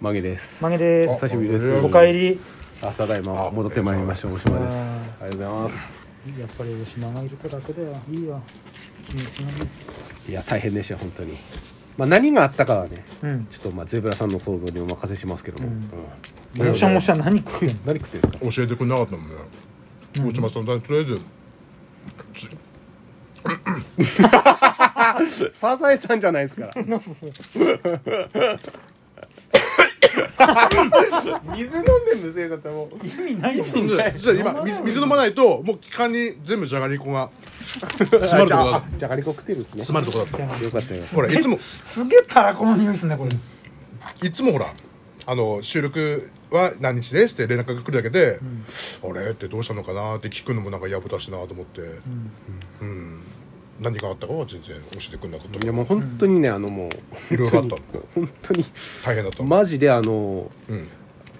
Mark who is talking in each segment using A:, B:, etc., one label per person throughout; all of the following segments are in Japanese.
A: マゲです
B: マゲです
A: 久しぶりです
B: おかえり
A: 朝だいま戻ってまいりました大島です
B: あ
A: ありがとうございます
B: ーやっぱり吉島がいると楽だよいいよ気持ちがね
A: いや大変でした本当にまあ何があったかはね
B: うん
A: ちょっとまあゼブラさんの想像にお任せしますけども、
B: う
A: うんん
B: もしゃもしゃ何食うの
A: 何食ってるんですか
C: 教えてくれなかったもんね大島さんとりあえずつ
A: サザエさんじゃないですから水飲んで無声だったらもう
B: 意味ないじゃん
C: 実は今水水飲まないともう気管に全部じゃがりこが詰まるとこだった
A: あじゃがりこ食ってるんですね
C: 詰まるとこだった
A: よかったよ
C: ほらいつも
B: すげえタラコの匂いすんねこれ
C: いつもほらあの収録は何日ですって連絡が来るだけで、あれってどうしたのかなって聞くのもなんかやぶだしなと思ってうん、何があったかは全然教えてくれなかった
A: い
C: か
A: や
C: ら
A: もう本当にねあのもう
C: いろいろあった
A: 本当に
C: 大変だった、
A: マジであの
C: うん、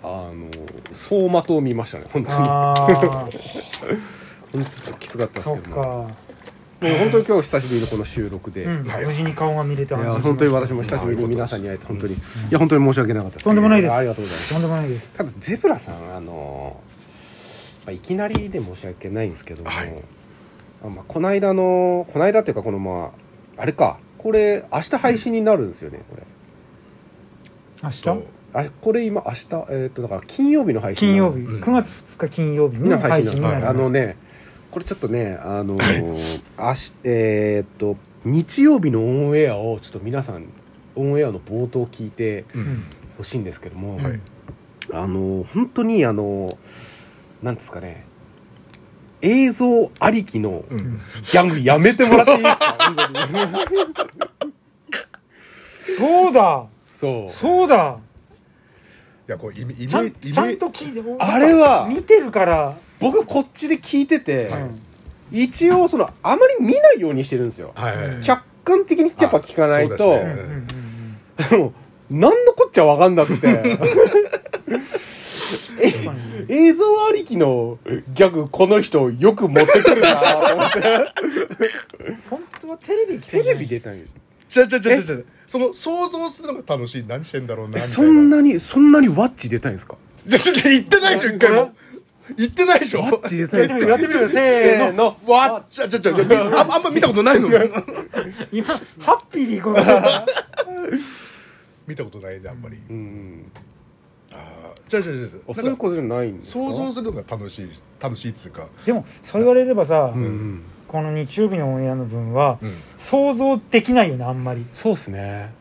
A: あの走馬灯を見ましたね本当に本
B: ああ
A: 当にちょっときつかったです
B: そ
A: け
B: っ
A: どももう
B: か
A: 本当に今日久しぶりのこの収録で、
B: うん
A: い
C: はい
B: 無事に顔が見れて
A: や
B: 安
A: 本
B: 心
A: 当
B: し
A: に
B: ま
A: 私も久しぶりに皆さんに会えて本当に、いや本当に申し訳なかったです
B: とんでもないです
A: ありがとうございます
B: すとんでもないです
A: ただゼブラさんあのまあいきなりで申し訳ないんですけども、
C: はい
A: あまあ、この間のこの間っていうかこのまああれかこれ明日配信になるんですよねこれ
B: 明日
C: そう
A: あこれ今明日えっ、とだから金曜日の配信
B: 金
A: なの
B: 曜日
C: うん
B: 9月2日金曜日
A: みん
B: の
A: な配
B: 配
A: 信
B: 信に
A: な
B: なんり
A: です
B: ま
A: あ
B: す
A: のねこれちょっとねあのーあしえーっと日曜日のオンエアをちょっと皆さんオンエアの冒頭聞いて
C: うん
A: ほしいんですけども、
B: はい
A: あのー本当にあのーなんですかね映像ありきの
C: うんうん
A: ギャングやめてもらっていいですか本 当に
B: そうだ
A: そう
B: そうだ
C: いやこうイメイメ
B: ちゃん
C: イメ
B: ちゃんと聞いて
A: あれは
B: 見てるから
A: 僕こっちで聞いてて、
C: はい
B: うん
A: 一応そのあまり見ないようにしてるんですよ
C: はいはいはい
A: 客観的にやっぱ聞かない
C: あそう
A: と
C: ですね
B: うんうんうんうん
A: でも 何のこっちゃわかんなくて
B: 確かにね
A: 映像ありきのギャグこの人よく持ってくるなと 思って
B: 本当はテレビ来て
A: テ
B: るね
A: レビ出たんよ
C: ちゃちゃちゃちゃその想像するのが楽しい何してんだろうなみたいな
A: そんなにそんなにワッチ出たんですか
C: 全然言ってないでしょ一回も言ってないでしょ
A: ワッチ出たんです
B: や
A: か
B: ってみるよせーの
A: の
C: わっちゃちゃちゃ あんあんま見たことないの
B: 今ハッピーでいこうとしたな
C: 見たことないねあんまり
A: うん
C: じゃじゃじゃじ
A: あ
C: ゃ
A: そういうことじゃないんですか
C: 想像するのが楽しい楽しいっつうか
B: でもそう言われればさ
A: うんうん
B: この日曜日のオンエアの分は
C: うん
B: 想像できないよねあんまり
A: そうっすね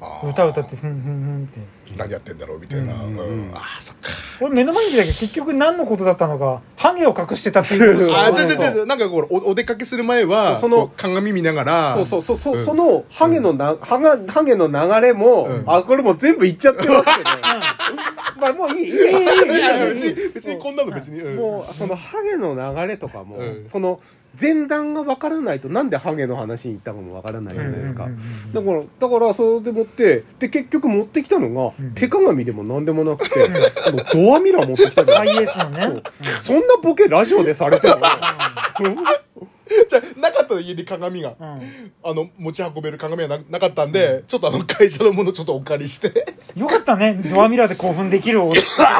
C: あー
B: 歌歌ってふんふんふんって
C: 何やってんだろうみたいな
A: うんうんうん
C: うんあーそっか
B: 俺目の前にいたけど結局何のことだったのかハゲを隠してたっていうことしか
C: あ
B: わか
C: ーじゃ
B: ん
C: じ
B: ない
C: ゃじゃなんかこうおお出かけする前は
A: その
C: こう鏡見ながら
A: そうそうそうそう、
C: ん
A: そのハゲのなハガハゲの流れも、
C: うん
A: あこれもう全部いっちゃってますけど まあもういいいいいいいいいい
C: いやいや別
A: いい
C: に別にこんなの別にうん
A: もうそのハゲの流れとかも、
C: うん
A: その前段が分からないとなんでハゲの話に行ったかも分からないじゃないですか、
B: うんうんうん
A: だからだからそれで持ってで結局持ってきたのが、
B: うん
A: 手鏡でも何でもなくて、あのドアミラー持ってきた の
B: IS のね
A: そんなボケラジオでされても
C: じゃあなかったの家に鏡が
B: うんうん
C: あの持ち運べる鏡はななかったんでちょっとあの会社のものちょっとお借りして
B: よかったねドアミラーで興奮できる男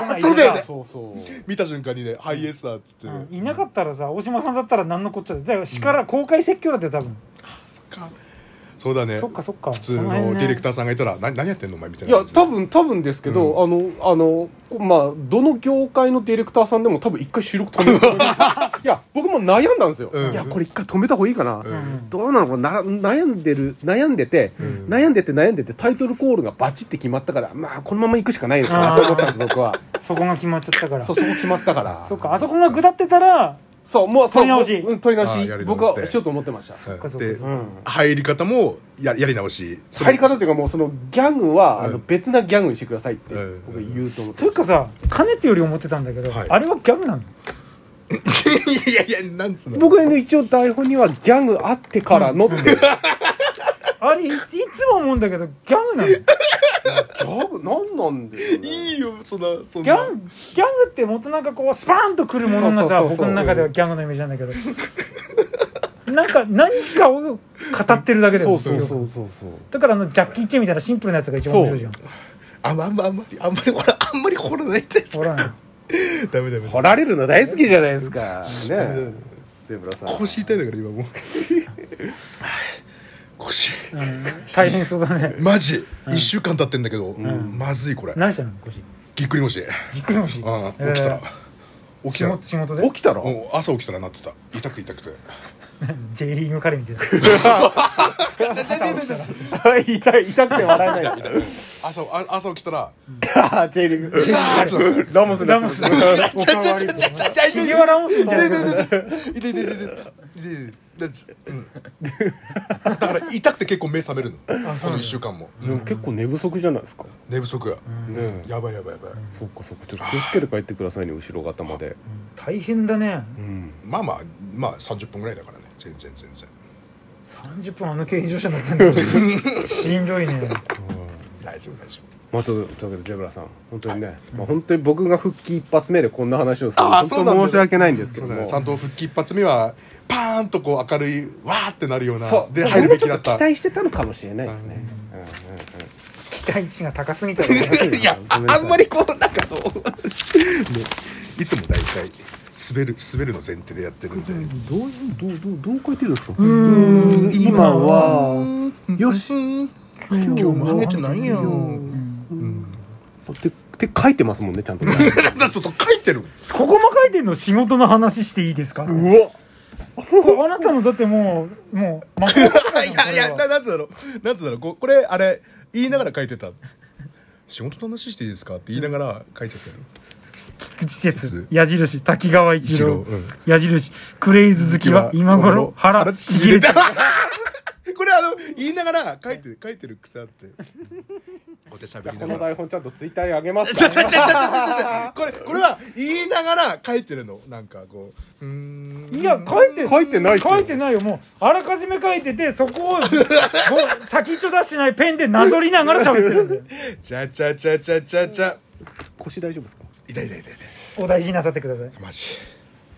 B: がいるから
C: そうだよ ね
A: そうそう
C: 見た瞬間にねハイエースだっつって
B: うんいなかったらさ大島さんだったら何のこっちゃでじゃあ市から公開説教だって多分
C: そうだね
B: そっかそっか
C: 普通のディレ
B: タ
C: ク
B: ー
C: ターさんがいたら何何やってんのお前みたい
A: い
C: な
A: や
C: 感じで
A: 多分多分ですけど、あのあのこまあどの業界のディレクターさんでも多分一回収録止 めたいや僕も悩んだんですよ、
C: うん
A: いやこれ一回止めた方がいいかな、
C: うん
A: どうなのかな悩んでる悩んでて、
C: ん
A: 悩んでて悩んでてタイトルコールがバチって決まったからまあこのまま行くしかないのかなと思ったんです僕 は
B: そこが決まっちゃったから
A: そ
B: そう
A: そこ決まったから
B: っかあそこが下ってたら
A: そうもうそう
B: 取り直し
A: うん取り
C: あ
A: 直
C: ー
A: し
C: やり直して
A: 僕はしようと思ってました、
B: っかそっか
C: で
B: そっ
A: うん
C: 入り方もややり直し
A: 入り方というかもうそのギャグは、
C: うん
A: あの別なギャグにしてくださいって
C: うん
A: 僕言うと思って、
B: というかさかねてより思ってたんだけど、
C: はい
B: あれはギャグなの
C: いやいやなんつうの
A: 僕の一応台本にはギャグあってからのっていう
B: あれいいつも思うんだけどギ ャグなのギ
A: ギャグ何なんでしょうね
C: いいよそんなそんな
B: ャンギャグってもっとなんかこうスパーンとくるものがさ
A: そうそうそうそう
B: 僕の中ではギャグのイメージなんだけどなんか何かを語ってるだけだ
A: そ
B: よ
A: うそうそうそうそう
B: だからあのジャッキー・チェンみたいなシンプルなやつが一番面白いじゃん
C: あんまあんまあんまりあんまりほらあんまり掘らないで
B: ほらな
C: ダメダメ
A: 掘られるの大好きじゃないですかね
C: う
A: え
C: ん
A: ゼブラさん
C: 腰痛いんだから今も う腰
B: うん大変そうだね
C: マジ1週間経ってんだけど
B: ん
C: まずいこれ
B: 何したの腰
C: ぎっくり腰
B: びっくり腰
C: ああ起きたら
B: えー
C: 起き
B: 仕
C: たら
B: 事仕事で
A: 起きたら
C: もう朝起きたらなってた痛くて痛くて
B: J リーグカレーみたい な
A: 痛い痛くて笑え ない
C: 朝あ朝起きたら
A: あーチェーリング
C: あーってなった
A: ラモス
B: ラモス
A: ラ
C: ちゃちゃちゃちゃちゃちゃ痛い
B: ひ
C: 痛い痛
B: げ
C: い
B: はラモスみたいな
C: 痛い痛い痛い痛い痛い痛い痛いうんだから痛くて結構目覚めるのこの1週間も
A: でも結構寝不足じゃないですか
C: 寝不足や
A: ねえ
C: やばいやばいやばい
A: そっかそっかちょっと気をつけて帰ってくださいね後ろ方まで
B: 大変だね
A: うん
C: まあまあまあ30分ぐらいだからね全然全然
B: 30分あの軽乗車乗ってんのしんどいね
C: 大丈夫大丈夫
A: まあ、というわけでゼブラさん本当にね、まあ、本当に僕が復帰一発目でこんな話をする
C: あー
A: 本
C: そ
A: 当
C: うなんだ
A: に申し訳ないんですけ
C: そ
A: ど
C: うだ
A: も
C: ね、ちゃんと復帰一発目はパーンとこう明るいわーってなるような
A: そう
C: で入るべきだ
A: 僕もちょ
C: った
A: と期待してたのかもしれないですね、うんうん
B: 期待値が高すぎたよ
C: いや
A: ご
C: あ
A: めんなさい
C: あんまりこうなんかどうもういつも大体滑る滑るの前提でやってるんで
A: どういうどうどうどう書いてるんですかうん今はよし
C: 今
A: 今
C: 日
A: 日
C: も
A: も
C: あ
A: あ
C: げ
A: げ
C: て
A: て
C: な
A: ないい
C: よ
A: よってって書いてますもんねちゃんとう わ
C: だって ちょっと書いてる
B: ここも書いてんの仕事の話していいですかあなたのだってもうもうま
C: いやい やななんつうだろうなんつうだろうこうこれあれ言いながら書いてた仕事の話していいですかって言いながら書いちゃってる
B: 菊池節矢印滝川一郎
C: 一郎うん
B: 矢印クレイズ好きは今頃腹ちぎれた
C: これあの言いながら書いて書いてる癖あってお手しゃべり
A: こ
C: な
A: の
C: がら
A: 台本ちゃんとツイッターにあげます
C: ち
A: か
C: ょちょ
A: ら
C: ちょちょちょちょこれこれは言いながら書いてるのなんかこううーん
B: いや書いて
A: 書いてないっすよ
B: 書いてないよもうあらかじめ書いててそこをこう先っちょ出してないペンでなぞりながら喋ってるんだよ
C: ちゃちゃちゃちゃちゃちゃ
A: 腰大丈夫ですか
C: 痛い痛い痛い痛い
B: お大事になさってください
C: マジ